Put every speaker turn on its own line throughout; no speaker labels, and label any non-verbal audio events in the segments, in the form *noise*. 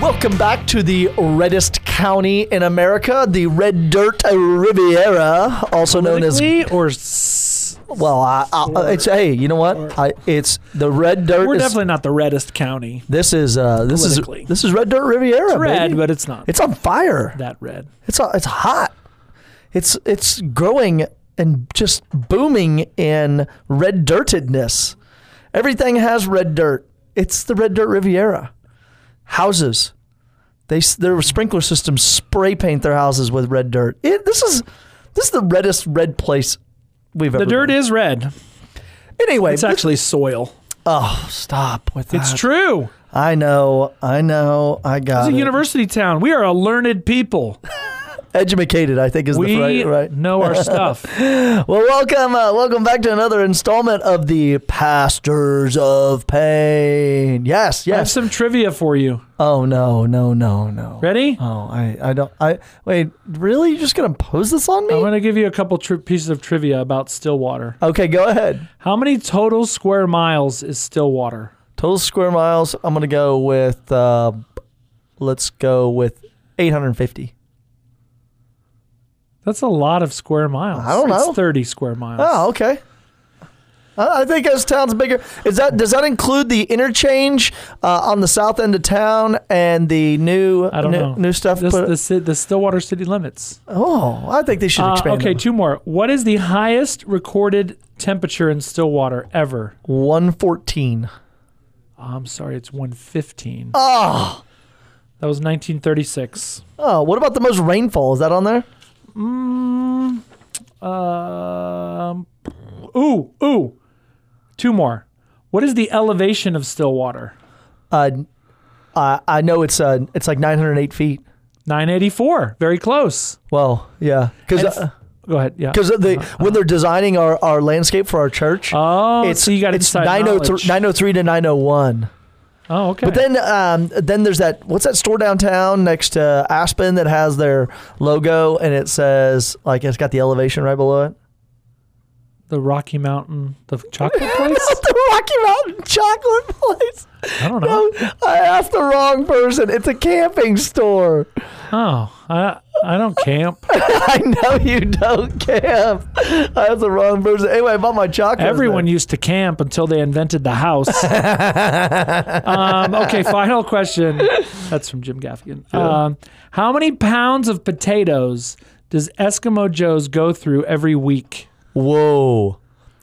Welcome back to the reddest county in America, the Red Dirt Riviera, also known as
Politically or s-
well. I, I, it's hey, you know what? I, it's the Red Dirt.
we're
is-
definitely not the reddest county.
this is uh, this is
Politically.
this is Red Dirt Riviera.
It's red,
baby.
but it's not
it's on fire.
that red.
It's it's hot. It's it's growing and just booming in red dirtedness. Everything has red dirt. It's the red dirt Riviera. Houses, they s- their sprinkler systems spray paint their houses with red dirt. It, this is this is the reddest red place we've
The
ever.
dirt
been.
is red.
anyway.
It's actually soil.
oh, stop with that.
It's true.
I know. I know. I got
It's a
it.
university town. We are a
*laughs*
learned people.
Educated, I think, is
We
the right right.
know
*laughs*
our stuff.
Well, welcome, uh, welcome back to another installment of the Pastors of Pain. Yes,
I have
yes.
some trivia for you.
Oh no, no, no, no.
Ready?
Oh, I, I don't, I wait. Really, you're just gonna pose this on me?
I'm going to give you a couple tri- pieces of trivia about Stillwater.
okay, go ahead.
How many total square miles is Stillwater?
Total square miles. I'm gonna go with, uh, let's go with 850.
That's a lot of square miles.
I don't know.
It's 30 square miles.
Oh, okay. I I think as town's bigger, is that does that include the interchange uh, on the south end of town and the new
I don't
new,
know.
new stuff?
This,
put-
the, ci- the Stillwater city limits.
Oh, I think they should
Uh,
expand.
okay,
okay,
two more. What is the highest recorded temperature in Stillwater ever?
one fourteen.
I'm sorry, it's 115.
Oh,
That was 1936.
oh. What about the most rainfall? Is that on there?
Mm, um, ooh, ooh. Two more. What is the elevation of Stillwater?
Uh, I I know it's uh it's like nine hundred eight feet.
984. Very close.
Well, yeah, uh,
And
because
f- Go ahead. Yeah.
because they when they're designing our, our landscape for our church,
Oh,
it's
so you got
it's
inside
903,
knowledge.
903 to nine oh one.
Oh, okay.
But then um then there's that what's that store downtown next to Aspen that has their logo and it says like it's got the elevation right below it.
the Rocky Mountain, the
*laughs*
chocolate place.
the Rocky Mountain Chocolate Place.
I don't know.
No, I asked the wrong person. It's a camping store. *laughs*
Oh, I I don't camp.
I know you don't camp. I asked the wrong person. Anyway, I bought my chocolate.
Everyone used to camp until they invented
*laughs*
the house. um, okay, final question. That's from Jim Gaffigan. Um, how many pounds of potatoes does Eskimo Joe's go through every week?
Whoa.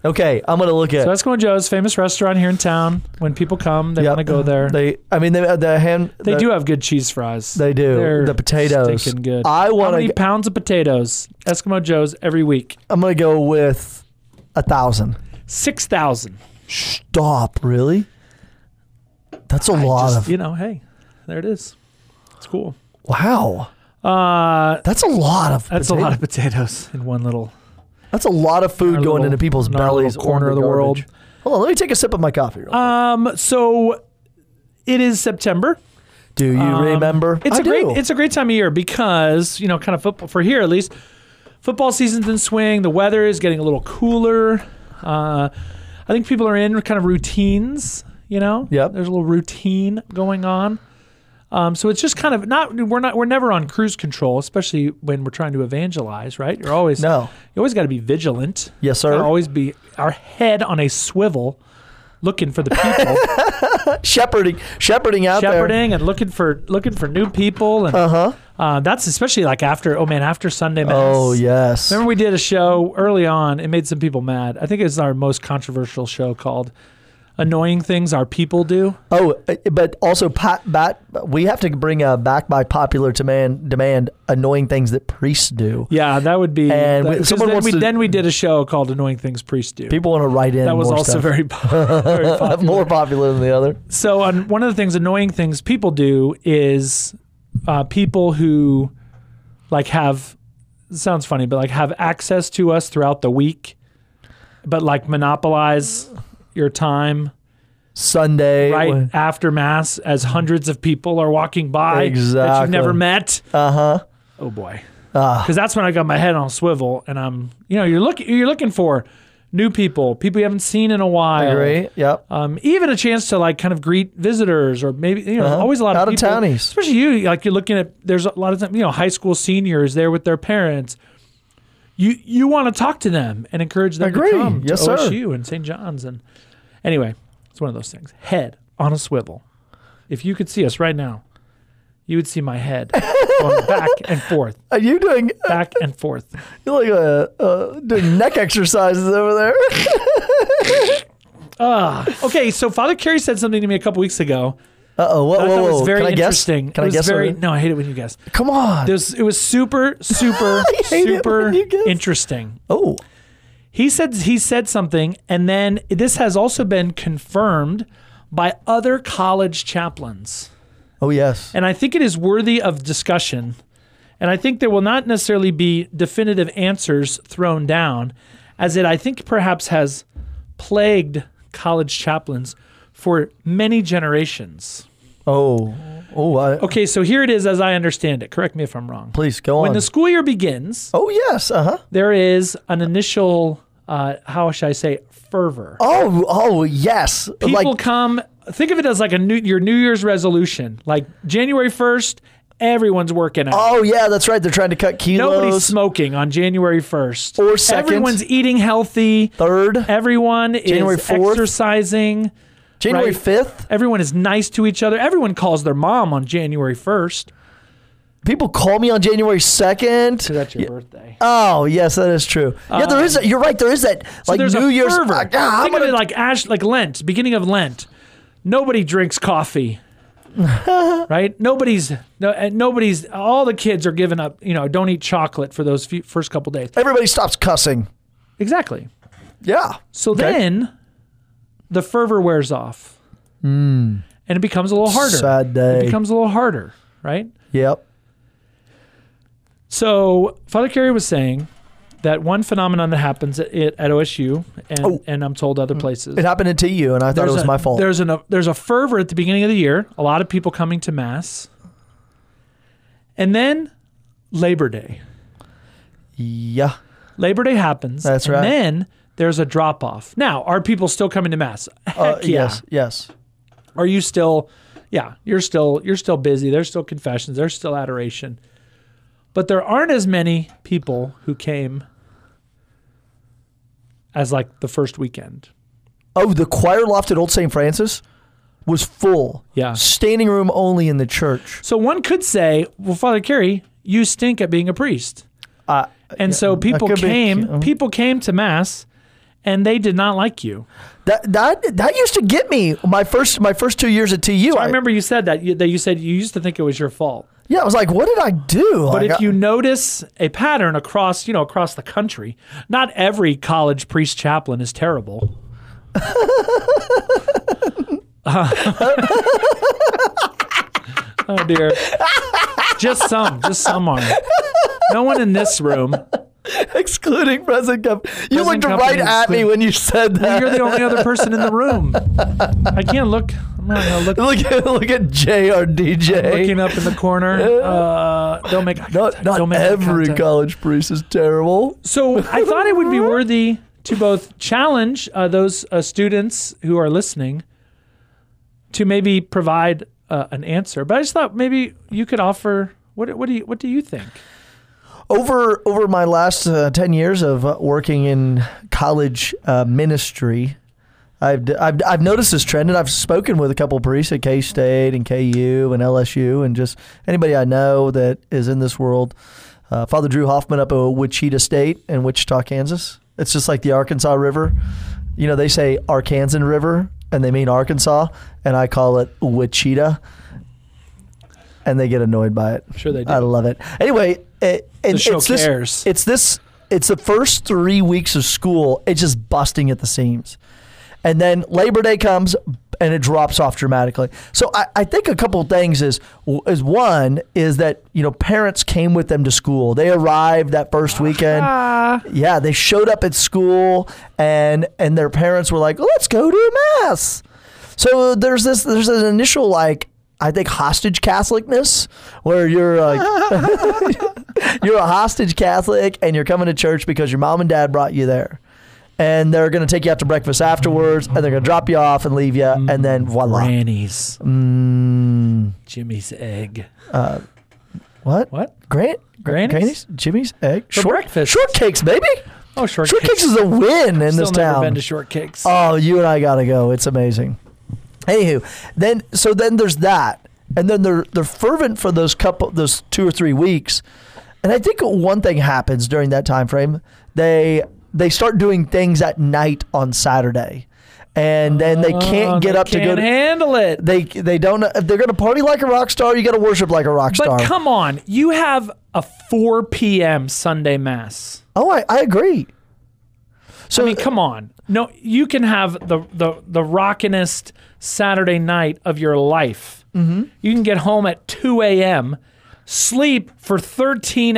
Okay, I'm gonna look at.
So Eskimo Joe's, famous restaurant here in town. When people come, they
Yep.
want to go there. They,
They, I mean, they the hand. the-
do have good cheese fries.
They do.
They're
The potatoes.
stinking good.
I
How
wanna
many
g-
pounds of potatoes? Eskimo Joe's every week.
I'm gonna go with a thousand.
Six thousand.
Stop. Really? That's a lot
Just,
of.
you know, hey, there it is. It's cool.
Wow.
Uh,
That's a lot of.
that's a
potato-
lot of potatoes in one little
That's a lot of food
Our
going
little-
into people's
in our little
bellies. or
corner of the world.
garbage. Hold on, let me take a sip of my coffee. real quick.
Um, so it is September.
do you
Um,
remember?
It's
I
a great
do.
it's a great time of year because, you know, kind of football for here at least. Football season's in swing, the weather is getting a little cooler. Uh, I think people are in kind of routines, you know?
Yep.
There's a little routine going on. Um, so it's just kind of not we're not we're never on cruise control, especially when we're trying to evangelize, right? You're always
No.
you always gotta be vigilant.
Yes, sir.
Gotta always be our head on a swivel looking for the
*laughs*
people.
shepherding, shepherding out there.
shepherding and looking for looking for new people and
Uh huh.
uh, that's especially like after oh man after Sunday mass.
Oh yes.
Remember we did a show early on. It made some people mad. I think it was our most controversial show called "Annoying Things Our People Do."
oh, uh, but also, pa- bat, we have to bring uh, back by popular demand, demand annoying things that priests do.
Yeah, that would be.
And
that-
we-
'cause
someone
then
wants
we
to-
then we did a show called "Annoying Things Priests Do."
People want to write in.
that was
more
also
stuff. *laughs*
very, po- very popular.
more popular than the other.
So on one of the things annoying things people do is uh, people who like have sounds funny, but like have access to us throughout the week, but like monopolize your time
Sunday.
right after mass as hundreds of people are walking by that
Exactly.
you've never met.
Uh huh.
Oh boy,
Ah.
because that's when I got my head on a swivel and I'm you know you're looking you're looking for new people, people you haven't seen in a
I
while.
agree. Yep.
Um, even a chance to like kind of greet visitors or maybe you know
Uh-huh.
always a lot of people,
Out-of-townies.
especially you like you're looking at there's a lot of time you know high school seniors there with their parents. You you want to talk to them and encourage them
Agree.
to come
Yes, sir.
to OSU and St. John's and anyway it's one of those things head on a swivel. If you could see us right now, you would see
*laughs*
my head going back and forth,
Are you doing
back and forth.
you're like a, uh doing neck *laughs* exercises over there? *laughs*
Ah, okay. So Father Carey said something to me a couple weeks ago.
Uh oh. Whoa,
that I
whoa,
thought
whoa.
was very
Can I guess?
interesting.
Can I
It was
guess?
Very,
already?
no, I hate it when you guess.
Come on.
It was, it
*laughs*
was super, super,
hate it when
super
you guess.
interesting.
oh.
He said he said something, and then this has also been confirmed by other college chaplains.
Oh yes.
And I think it is worthy of discussion. And I think there will not necessarily be definitive answers thrown down, as it, I think, perhaps has plagued college chaplains for many generations.
Oh. Oh. I,
Okay, so here it is as I understand it. Correct me if I'm wrong.
Please go
When
on.
the school year begins,
oh yes. Uh huh.
there is an initial, uh, how should I say, fervor.
Oh. Oh yes.
People
like
come. Think of it as like a new your New Year's resolution. Like January first, everyone's working out.
Oh yeah, that's right. They're trying to cut
Nobody's
kilos.
smoking on January 1st.
Or second.
Everyone's eating healthy.
Third,
Everyone
January
is
4th.
exercising.
January
right.
fifth.
Everyone is nice to each other. Everyone calls their mom on January 1st.
People call me on January second.
That's your birthday.
Oh yes, that is true. Yeah, there is. You're right. There is that like
Um, There's
New
a
Year's.
fervor.
Ah, ah, I'm
Think of
gonna-
it like Ash, like Lent, beginning of Lent. Nobody drinks
*laughs*
coffee, right? Nobody's no, and nobody's. All the kids are giving up. You know, don't eat chocolate for those few, first couple days.
everybody stops cussing.
Exactly.
Yeah.
So
Okay.
then the fervor wears off. And it becomes a little harder.
Hmm. Sad day.
It becomes a little harder, right?
Yep.
So Father Carey was saying that one phenomenon that happens at, at OSU and,
Oh.
and I'm told other places.
It happened to you, and I thought it was
a,
my fault.
There's an, there's a fervor at the beginning of the year, a lot of people coming to mass. And then Labor Day.
Yeah.
Labor Day happens.
That's
and
right.
Then there's a drop off. Now, are people still coming to mass? Heck
Uh,
yeah.
Yes. Yes.
are you still yeah you're still you're still busy there's still confessions there's still adoration but there aren't as many people who came as like the first weekend
Oh, the choir loft at Old St. Francis was full.
Yeah.
Standing room only in the church.
so one could say well father carey you stink at being a priest
Uh,
and so people
could be-
came
uh-huh.
people came to mass and they did not like you
that that that used to get me my first my first two years at TU.
i remember you said that you, that you said you used to think it was your fault
Yeah, I was like, what did I do?
But if you notice a pattern across, you know, across the country, not every college priest chaplain is
*laughs*
terrible. *laughs* Uh, oh dear. Just some, just some are. No one in this room.
*laughs* excluding present company, you
Present
looked right
company
at me
excluded.
when you said that.
You're the only other person in the room. I can't look. I'm not gonna
*laughs*
look.
Look at look at
Looking
JRDJ.
up in the
*laughs*
corner. Uh, don't make. eye
Not
contact.
not
Don't make eye
every
contact.
college priest is terrible.
So I thought it would be worthy to both challenge uh, those uh, students who are listening to maybe provide uh, an answer. But I just thought maybe you could offer. What, what do you What do you think?
Over over my last uh, ten years of uh, working in college uh, ministry, I've, d- I've I've noticed this trend, and I've spoken with a couple priests at K State and KU and LSU, and just anybody I know that is in this world. Uh, Father Drew Hoffman up at Wichita State in Wichita, Kansas. It's just like the Arkansas River. You know, they say Arkansan River, and they mean Arkansas, and I call it Wichita, and they get annoyed by it.
Sure they do.
I love it. Anyway, it, and
The show
it's this-
cares.
it's this. It's the first three weeks of school. It's just busting at the seams, and then Labor Day comes and it drops off dramatically. So I, I think a couple of things is is one is that you know parents came with them to school. They arrived that first weekend.
Ah,
Yeah, they showed up at school and and their parents were like, "Let's go to mass." So there's this there's an initial like I think hostage Catholicness where you're like *laughs* you're a hostage Catholic and you're coming to church because your mom and dad brought you there. and they're going to take you out to breakfast afterwards, and they're going to drop you off and leave you, and then
Mm.
voila.
Granny's,
Mm,
Jimmy's egg.
uh, what?
What?
Grant?
Granny's?
Jimmy's egg,
For breakfast.
shortcakes, baby.
Oh, shortcakes.
Shortcakes is a win in
Still
this
never
town.
been to shortcakes.
Oh, you and I gotta go. It's amazing. Anywho, then so then there's that, and then they're they're fervent for those couple those two or three weeks, and I think one thing happens during that time frame. They they start doing things at night on Saturday, and then they
Oh,
can't get
they
up to go.
can't
To,
handle it.
they they don't. If they're gonna party like a rock star, you gotta worship like a rock
But
star.
come on, you have a 4 p.m. Sunday mass.
oh, I, I agree. So
I mean, come on. No, you can have the the the rockinest Saturday night of your life. Mm-hmm. You can get home at 2 a.m., sleep for 13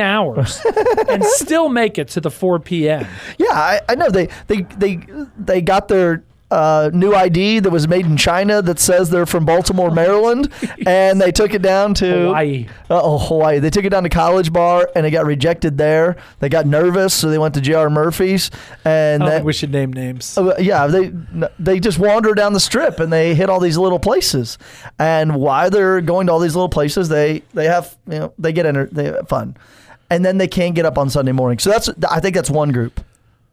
*laughs*
hours, and still make it to the 4 p.m.
Yeah, I, I know they they they they got their uh, new ID that was made in China that says they're from Baltimore,
*laughs*
Maryland, and they took it down to
Hawaii.
Oh, Hawaii! They took it down to College Bar and it got rejected there. They got nervous, so they went to J.R. Murphy's, and
I don't
that,
think Oh, we should name names.
uh, yeah, they they just wander down the strip and they hit all these little places. And while they're going to all these little places, they they have you know they get enter, they have fun, and then they can't get up on Sunday morning. So that's I think that's one group.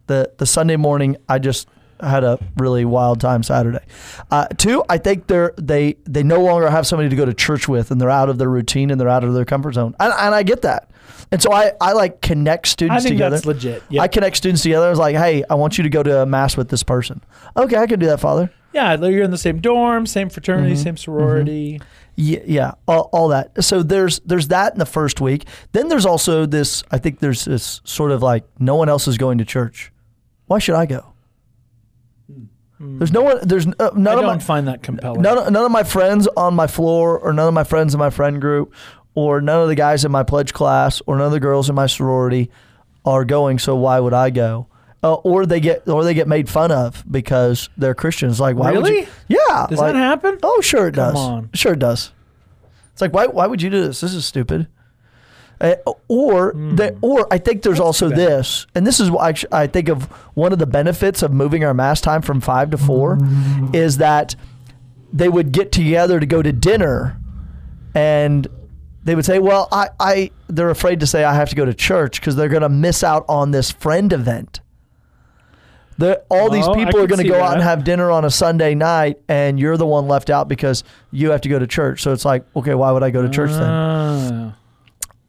The the Sunday morning, I just had a really wild time Saturday. Uh, two, I think they're they they no longer have somebody to go to church with, and they're out of their routine and they're out of their comfort zone. And, and I get that. And so I, I like connect
I
students
think
together.
that's legit. Yeah,
I connect students together. I was like, hey, I want you to go to a mass with this person. Okay, I can do that, Father.
yeah. You're in the same dorm, same fraternity,
Mm-hmm.
same sorority.
Yeah, yeah, all, all that. So there's there's that in the first week. Then there's also this. I think there's this sort of like no one else is going to church. Why should I go? There's no one. There's uh,
Hmm. I
none of
don't
my
find that compelling.
none, of- none of my friends on my floor, or none of my friends in my friend group, or none of the guys in my pledge class, or none of the girls in my sorority are going. So why would I go? Uh, or they get or they get made fun of because they're Christians. Like why? Would
Really?
you, yeah.
Does
like-
that happen?
Oh, sure it
Come
does.
on.
Sure it does. It's like why? Why would you do this? This is stupid. Uh, or the, or I think there's also
Hmm. bad.
this, and this is why I, sh- I think of one of the benefits of moving our mass time from five to 4
Mm-hmm.
is that they would get together to go to dinner, and they would say, "Well, I, I they're afraid to say I have to go to church because they're going to miss out on this friend event." The, all these
Oh, I
people are
can
going to
see
go out and
that.
have dinner on a Sunday night, and you're the one left out because you have to go to church. So it's like, okay, why would I go to church then?
Ah.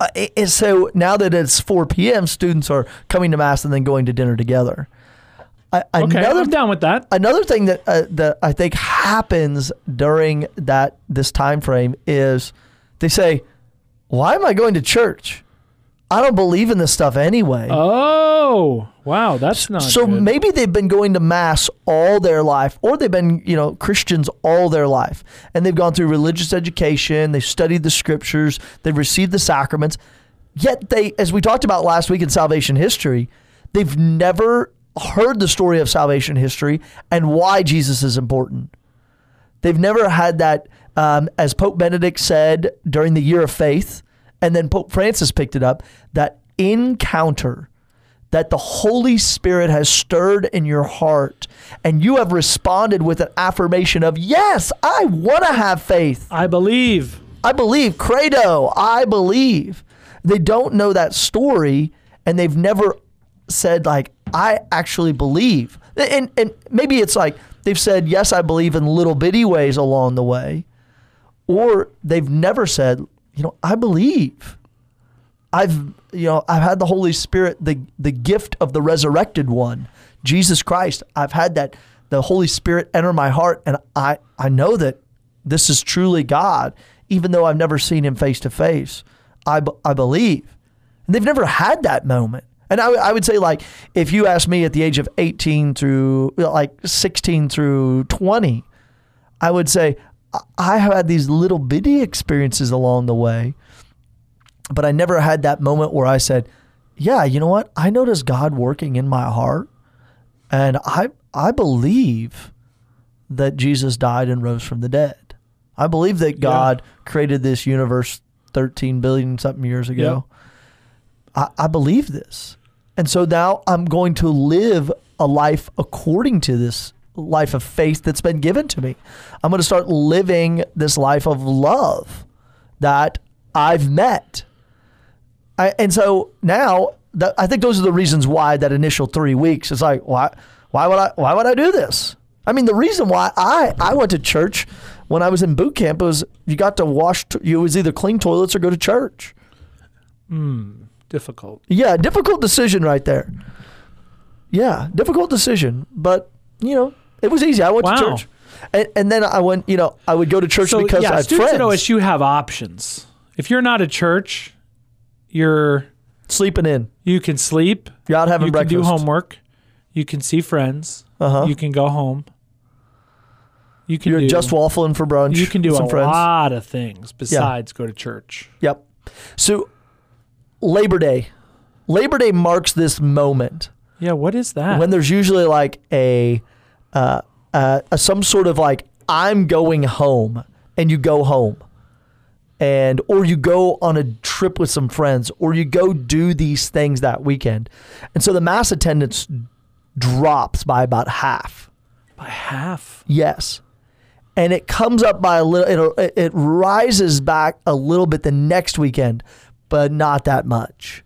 Uh, a- and so now that it's 4 p.m., students are coming to mass and then going to dinner together. I,
okay,
another
I'm down with that.
another thing that uh, that I think happens during that this time frame is they say, "Why am I going to church? I don't believe in this stuff anyway."
Oh, wow, that's not
so
good.
maybe they've been going to mass all their life or they've been you know christians all their life and they've gone through religious education they've studied the scriptures they've received the sacraments yet they as we talked about last week in salvation history they've never heard the story of salvation history and why jesus is important They've never had that, um, as Pope Benedict said during the year of faith, and then Pope Francis picked it up that encounter that the Holy Spirit has stirred in your heart, and you have responded with an affirmation of, Yes, I want to have faith.
I believe.
I believe, credo, I believe. They don't know that story and they've never said like I actually believe. And and maybe it's like they've said yes I believe in little bitty ways along the way or they've never said, you know, I believe. I've you know, I've had the Holy Spirit, the the gift of the resurrected one, Jesus Christ. I've had that the Holy Spirit enter my heart and I I know that this is truly God, even though I've never seen him face to face. I, b- I believe. And they've never had that moment. And I, w- I would say, like, if you ask me at the age of 18 through, like, 16 through 20, I would say I- I have had these little bitty experiences along the way, but I never had that moment where I said, "Yeah, you know what? I noticed God working in my heart, and I I believe that Jesus died and rose from the dead. I believe that God created this universe 13 billion something years ago. I, I believe this." And so now I'm going to live a life according to this life of faith that's been given to me. I'm going to start living this life of love that I've met. I, and so now that, I think those are the reasons why that initial three weeks is like why why would I why would I do this? I mean the reason why I I went to church when I was in boot camp was you got to wash t- you it was either clean toilets or go to church.
Difficult.
Yeah, difficult decision right there. Yeah, difficult decision, but you know it was easy. I went to
Wow.
church, and, and then I went. You know, I would go to church
So
because
yeah,
I had
students
friends
at OSU have options. If you're not at church, you're
sleeping in.
you can sleep,
You're out having
you
breakfast.
can do homework, you can see friends,
Uh-huh.
you can go home, you can
You're
do
just waffling for brunch.
you can do
with
a
some friends.
lot of things besides go to church.
Yep. So Labor Day. Labor Day marks this moment
Yeah, what is that?
when there's usually like a uh, uh, a- some sort of like I'm going home and you go home and or you go on a trip with some friends or you go do these things that weekend. And so the mass attendance drops by about half.
By half.
Yes. And it comes up by a little, it, it rises back a little bit the next weekend, but not that much.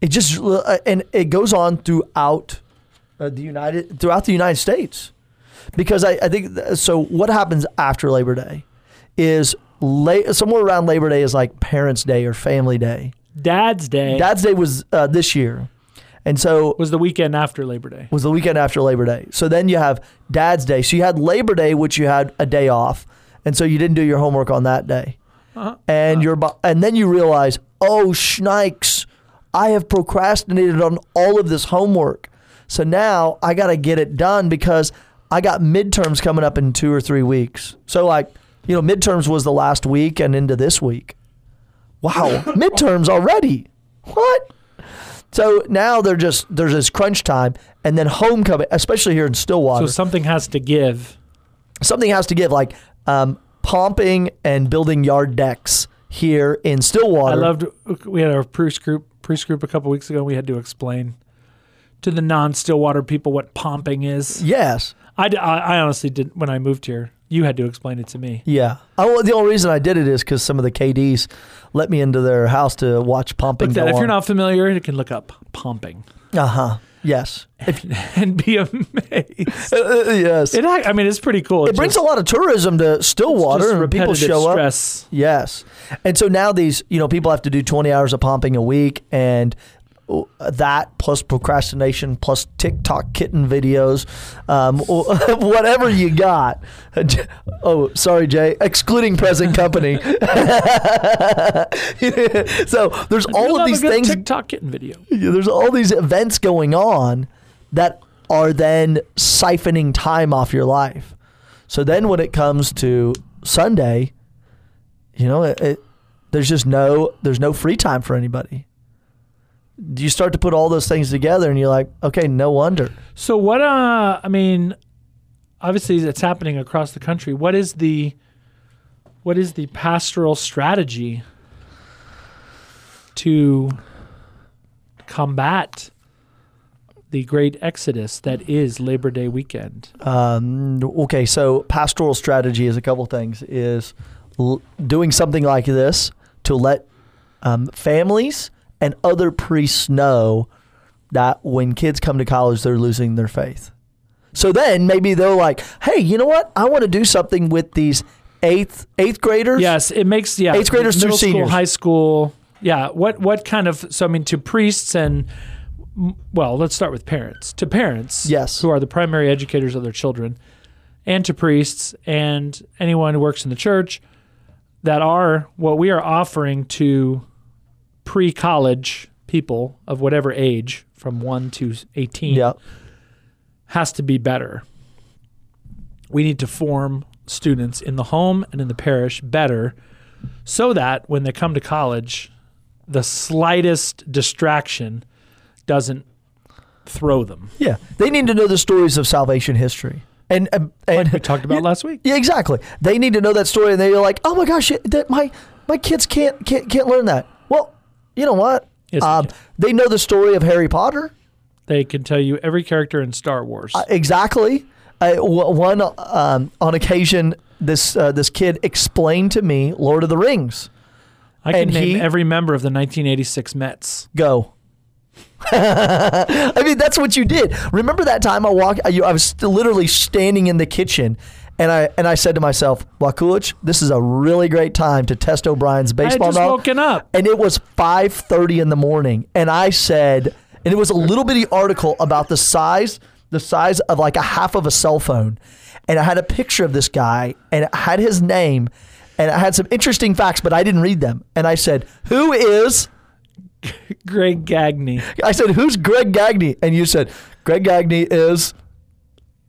It just, uh, and it goes on throughout uh, the United, throughout the United States. Because I, I think, th- so what happens after Labor Day is la- somewhere around Labor Day is like Parents' Day or Family Day.
Dad's Day
Dad's Day was uh, this year. And so
was the weekend after Labor Day.
was the weekend after Labor Day. So then you have Dad's Day. So you had Labor Day, which you had a day off, and so you didn't do your homework on that day.
Uh-huh.
And your bo- and then you realize, oh shnikes, I have procrastinated on all of this homework. So now I got to get it done because I got midterms coming up in two or three weeks. So like, you know, midterms was the last week and into this week. Wow, midterms already. What? So now they're just there's this crunch time, and then homecoming, especially here in
So
Stillwater,
something has to give.
something has to give. Like um, pumping and building yard decks here in Stillwater.
I loved. We had our priest group priest group a couple weeks ago. We had to explain to the non Stillwater people what pomping is.
yes,
I, d- I- I honestly didn't when I moved here. You had to explain it to me.
yeah. I, well, the only reason I did it is because some of the KDs let me into their house to watch pumping.
Look
go
that if you're
on.
not familiar, you can look up pomping
uh huh. Yes,
*laughs* and be amazed.
Uh, uh, yes. It,
It act- I mean it's pretty cool. It,
brings
just-
a lot of tourism to
just
Stillwater, and people
repetitive
show up.
stress.
Yes. And so now these, you know, people have to do 20 hours of pumping a week and uh, that plus procrastination plus TikTok kitten videos, um, or- *laughs* whatever you got. *laughs* Oh, sorry, Jay, excluding present company. *laughs* so there's
You
all
love
of
a
these
good
things
TikTok kitten video.
yeah, there's all these events going on that are then siphoning time off your life. So then when it comes to Sunday, you know, it, it, there's just no there's no free time for anybody. You start to put all those things together and you're like, okay, no wonder.
So what? Uh, I mean, obviously it's happening across the country. What is the what is the pastoral strategy to combat the great exodus that is Labor Day weekend?
Um, okay, so pastoral strategy is a couple things is l- doing something like this to let um, families and other priests know that when kids come to college, they're losing their faith. So then maybe they're like, "Hey, you know what? I want to do something with these eighth eighth graders."
Yes, it makes yeah
Eighth graders through
middle school,
seniors.
high school. Yeah, what what kind of so I mean to priests and m- well, let's start with parents. To parents,
Yes.
who are the primary educators of their children, and to priests and anyone who works in the church that are what we are offering to pre-college people of whatever age from 1 to 18
Yeah.
has to be better. We need to form students in the home and in the parish better so that when they come to college, the slightest distraction doesn't throw them.
Yeah. They need to know the stories of salvation history. And and, and
Like we
*laughs*
talked about last week.
Yeah, exactly. They need to know that story, and they're like, "Oh my gosh, it- that my my kids can't can't can't learn that." Well, you know what?
Yes, they
Um,
can.
they know the story of Harry Potter. Uh,
they can tell you every character in Star Wars.
Exactly. I, w- one um, on occasion, this uh, this kid explained to me Lord of the Rings.
I can
and
name
he-
every member of the 1986 Mets.
Go. *laughs* I mean, that's what you did. Remember that time I walked? I, you- I was st- literally standing in the kitchen, and I and I said to myself, "Wakulich, this is a really great time to test O'Brien's
I had
baseball
just
knowledge."
woken up.
and it was 5:30 in the morning and I said and it was a little bitty article about the size the size of like a half of a cell phone and I had a picture of this guy and it had his name and it had some interesting facts but I didn't read them and I said who is
Greg Gagne.
I said who's Greg Gagne and you said Greg Gagne is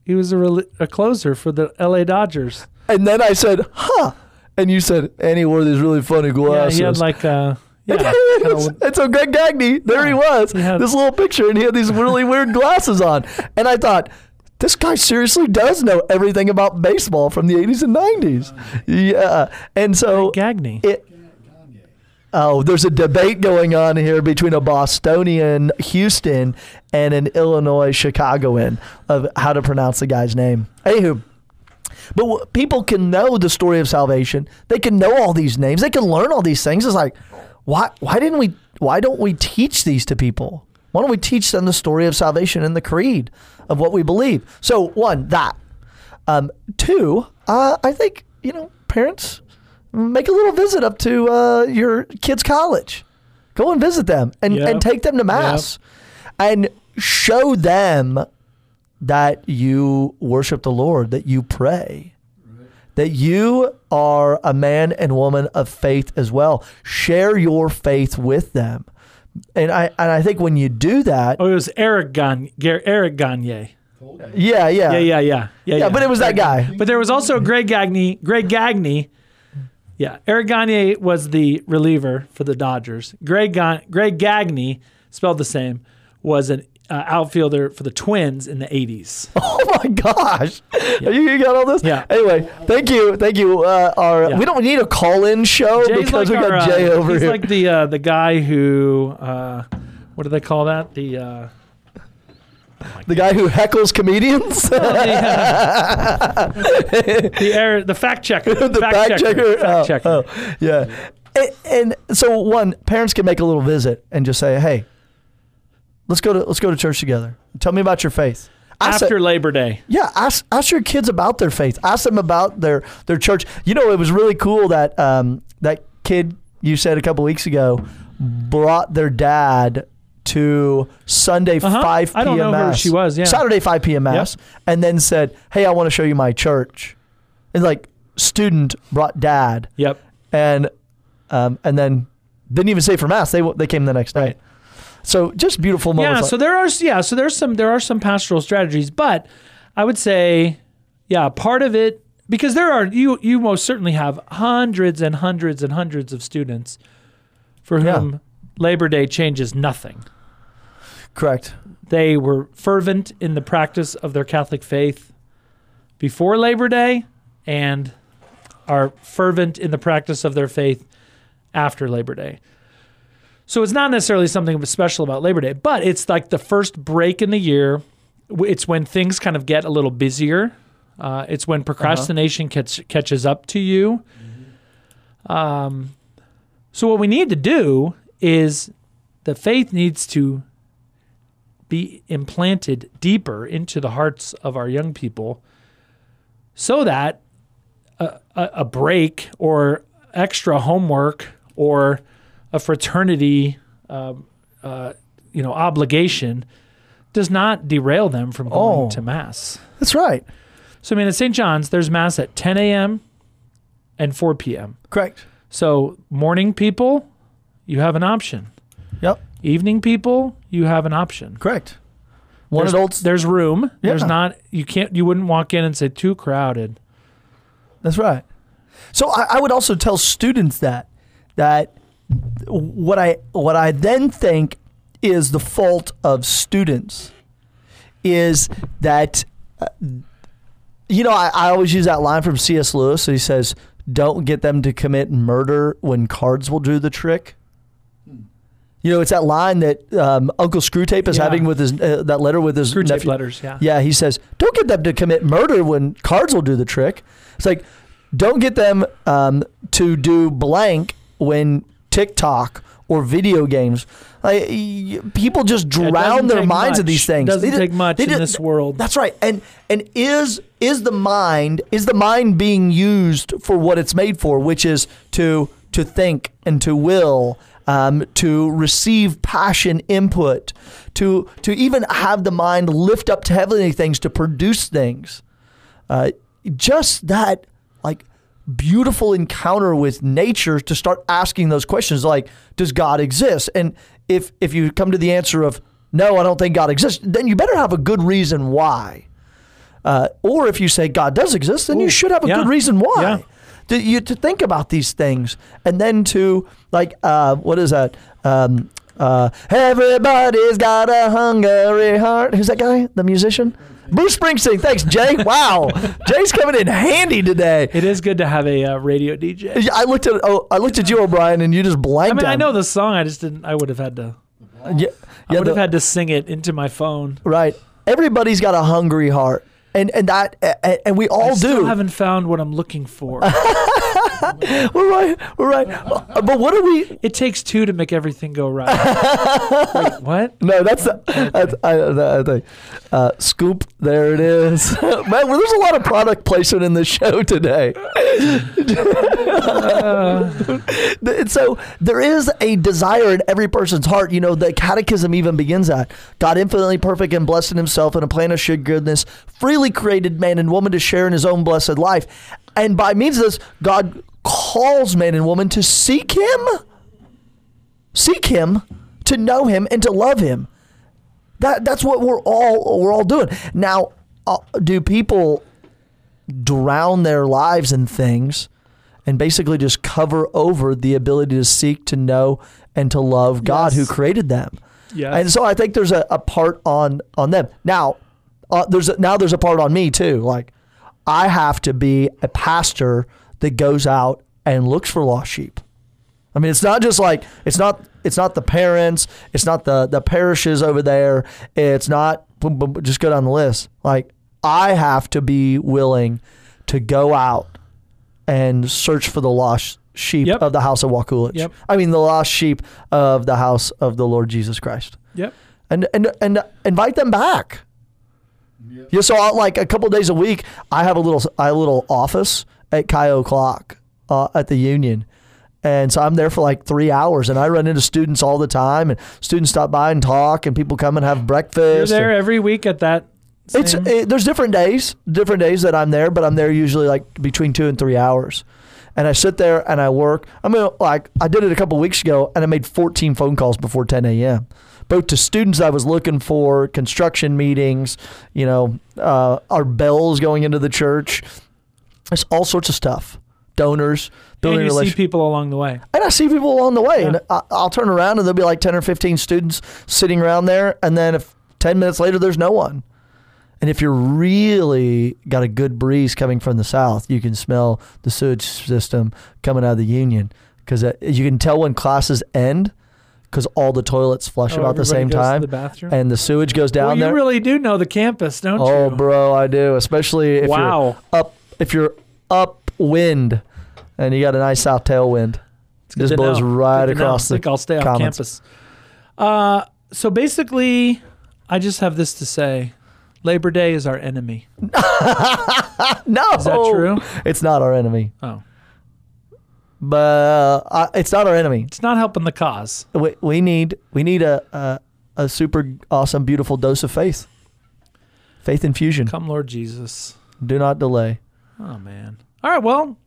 He was a, rel- a closer for the LA Dodgers.
and then I said huh and you said and he wore these really funny
Yeah,
glasses
he had like uh
*laughs*
yeah, kinda-
and so Greg Gagne, there he was,
Yeah.
this little picture, and he had these really weird glasses on. And I thought, this guy seriously does know everything about baseball from the 80s and 90s. Yeah. And so,
Gagne.
it, oh, there's a debate going on here between a Bostonian Houston and an Illinois Chicagoan of how to pronounce the guy's name. Anywho. But w- people can know the story of salvation. They can know all these names. They can learn all these things. It's like, why? Why didn't we? Why don't we teach these to people? Why don't we teach them the story of salvation and the creed of what we believe? So one, that. Um, two, uh, I think you know, parents, make a little visit up to uh, your kids' college. Go and visit them and,
Yeah.
and take them to mass, and show them that you worship the Lord, that you pray, that you are a man and woman of faith as well. Share your faith with them. And I and I think when you do that,
Oh, it was Eric Gagne. Eric Gagne.
yeah, yeah,
Yeah, yeah, yeah, yeah.
yeah. But it was that guy.
But there was also Greg Gagne. Greg Gagne. Yeah, Eric Gagne was the reliever for the Dodgers. Greg Ga- Greg Gagne, spelled the same, was an uh, outfielder for the Twins in the '80s.
*laughs* Oh my gosh! You, you got all this?
Yeah.
Anyway, thank you, thank you. Uh, our
Yeah.
we don't need a call-in show
Jay's
Oh, *laughs* because
like
we got
our, uh,
Jay over
he's
here.
like the uh, the guy who uh, what do they call that?
*laughs*
The uh,
the guy who heckles
*laughs*
comedians,
the, uh, the error, the fact checker,
*laughs* the fact, checker.
fact
Oh,
checker.
oh, yeah. And, and so one, parents can make a little visit and just say, "Hey, let's go to let's go to church together. Tell me about your faith." I said-
After Labor Day,
Yeah, ask ask your kids about their faith. Ask them about their their church. You know, it was really cool that um, that kid you said a couple weeks ago brought their dad to Sunday
Uh-huh.
five p.m.
I don't know who
mass.
she was, yeah.
Saturday five p.m. mass, and then said, "Hey, I want to show you my church." And like student brought dad,
yep.
and um, and then didn't even say for mass. They w- they came the next night. So just beautiful moments.
Yeah,
like-
so there are yeah, so there's some there are some pastoral strategies, but I would say yeah, part of it because there are you you most certainly have hundreds and hundreds and hundreds of students for
Yeah.
whom Labor Day changes nothing.
correct.
They were fervent in the practice of their Catholic faith before Labor Day and are fervent in the practice of their faith after Labor Day. So it's not necessarily something special about Labor Day, but it's like the first break in the year. W- It's when things kind of get a little busier. Uh, it's when procrastination catch, catches up to you. Um, so what we need to do is the faith needs to be implanted deeper into the hearts of our young people so that a, a, a break or extra homework or a fraternity um, uh, you know obligation does not derail them from going
Oh.
to mass
That's right.
so i mean at st john's there's mass at 10 a.m and 4 p.m
Correct.
so morning people you have an option
Yep.
evening people you have an option
Correct. One
there's,
adults.
There's room. There's
Yeah.
not. You can't. You wouldn't walk in and say too crowded.
That's right. So I, I would also tell students that that what I what I then think is the fault of students is that uh, you know I, I always use that line from C.S. Lewis. he says, Hmm. "Don't get them to commit murder when cards will do the trick." You know, it's that line that um, Uncle Screwtape is
Yeah.
having with his uh, that letter with his
Screwtape
nephew.
letters, yeah.
Yeah, he says, "Don't get them to commit murder when cards will do the trick." It's like, don't get them um, to do blank when TikTok or video games. Like, y- people just
It
drown
doesn't
their
take
minds at
much.
these things.
Doesn't
They
take
ju-
much
they
in
ju-
this world.
That's right. And and is is the mind is the mind being used for what it's made for, which is to to think and to will, um, to receive passion input, to to even have the mind lift up to heavenly things to produce things. Uh, just that like beautiful encounter with nature to start asking those questions like does god exist and if if you come to the answer of no i don't think god exists then you better have a good reason why uh, or if you say god does exist then you should have a
yeah.
good reason why
Yeah.
to, you to think about these things and then to like uh, what is that um, uh, everybody's got a hungry heart who's that guy the musician bruce springsteen thanks
*laughs*
jay wow jay's coming in handy today
It is good to have a uh, radio DJ.
Yeah, i looked at oh, i looked at you o'brien and you just blanked
I mean, I
on-
know the song. I just didn't. I would have had to.
yeah,
I
yeah,
would have
the-
had to sing it into my phone.
right everybody's got a hungry heart and and that and, and we all
I still
do
haven't found what I'm looking
*laughs*
for.
we're right we're right but what are we
it takes two to make everything
*laughs*
go right. Wait, what?
No, that's the that's, I, I, I think uh, scoop. There it is. *laughs* Man, well, there's a lot of product placement in this show today. *laughs* And so there is a desire in every person's heart. You know, the Catechism even begins that God infinitely perfect and blessed in Himself in a plan of sheer goodness, freely created man and woman to share in His own blessed life, and by means of this, God calls man and woman to seek Him seek him to know him and to love him that that's what we're all we're all doing now uh, do people drown their lives in things and basically just cover over the ability to seek to know and to love god
Yes.
who created them
Yes.
and so i think there's a, a part on on them now uh, there's a, now there's a part on me too like i have to be a pastor that goes out and looks for lost sheep I mean, it's not just like it's not it's not the parents, it's not the the parishes over there, it's not boom, boom, boom, just go down the list. Like I have to be willing to go out and search for the lost sheep
Yep.
of the house of Wakulich.
Yep.
I mean, the lost sheep of the house of the Lord Jesus Christ,
Yep.
and and and invite them back. Yeah, so I, like a couple days a week, I have a little I have a little office at Kyo Clock uh, at the Union, and so I'm there for like three hours, and I run into students all the time, and students stop by and talk, and people come and have
You're
breakfast.
there
and-
every week at that.
it's
same-
it, there's different days, different days that I'm there, but I'm there usually like between two and three hours, and I sit there and I work. I mean, like I did it a couple weeks ago, and I made 14 phone calls before 10 a.m. Both to students I was looking for, construction meetings, you know, uh, our bells going into the church. It's all sorts of stuff. Donors, building
and you see
relationships.
people along the way.
And I see people along the way, and
Yeah.
I, I'll turn around and there'll be like 10 or 15 students sitting around there. And then if 10 minutes later, there's no one. And if you're really got a good breeze coming from the south, you can smell the sewage system coming out of the union because you can tell when classes end because all the toilets flush
Oh,
about the
everybody
same
goes to
time
the bathroom?
and the sewage goes down
Well, you
there.
really do know the campus, don't
oh,
you?
bro, I do, especially if
Wow.
you're up if you're upwind and you got a nice south tailwind.
It's good
Just
to
blows
know.
right
Good to know.
across the
I think I'll stay off
commons.
campus. Uh, so basically, I just have this to say: Labor Day is our enemy.
No, is
that true?
It's not our enemy,
Oh,
but uh, I- it's not our enemy.
it's not helping the cause.
We, we need we need a, a a super awesome beautiful dose of faith, faith infusion.
Come, Lord Jesus.
Do not delay.
Oh man. All right. Well,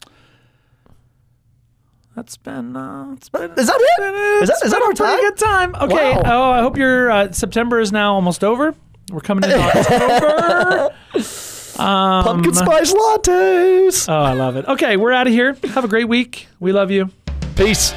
that's been. Uh, it's been.
Is that it? Is that is that our
pretty
time?
good time. Okay.
Wow.
Oh, I hope your uh, September is now almost over. We're
*laughs*
coming into October. Um,
Pumpkin spice lattes.
Oh, I love it. Okay, we're out of here. Have a great week. We love you.
Peace.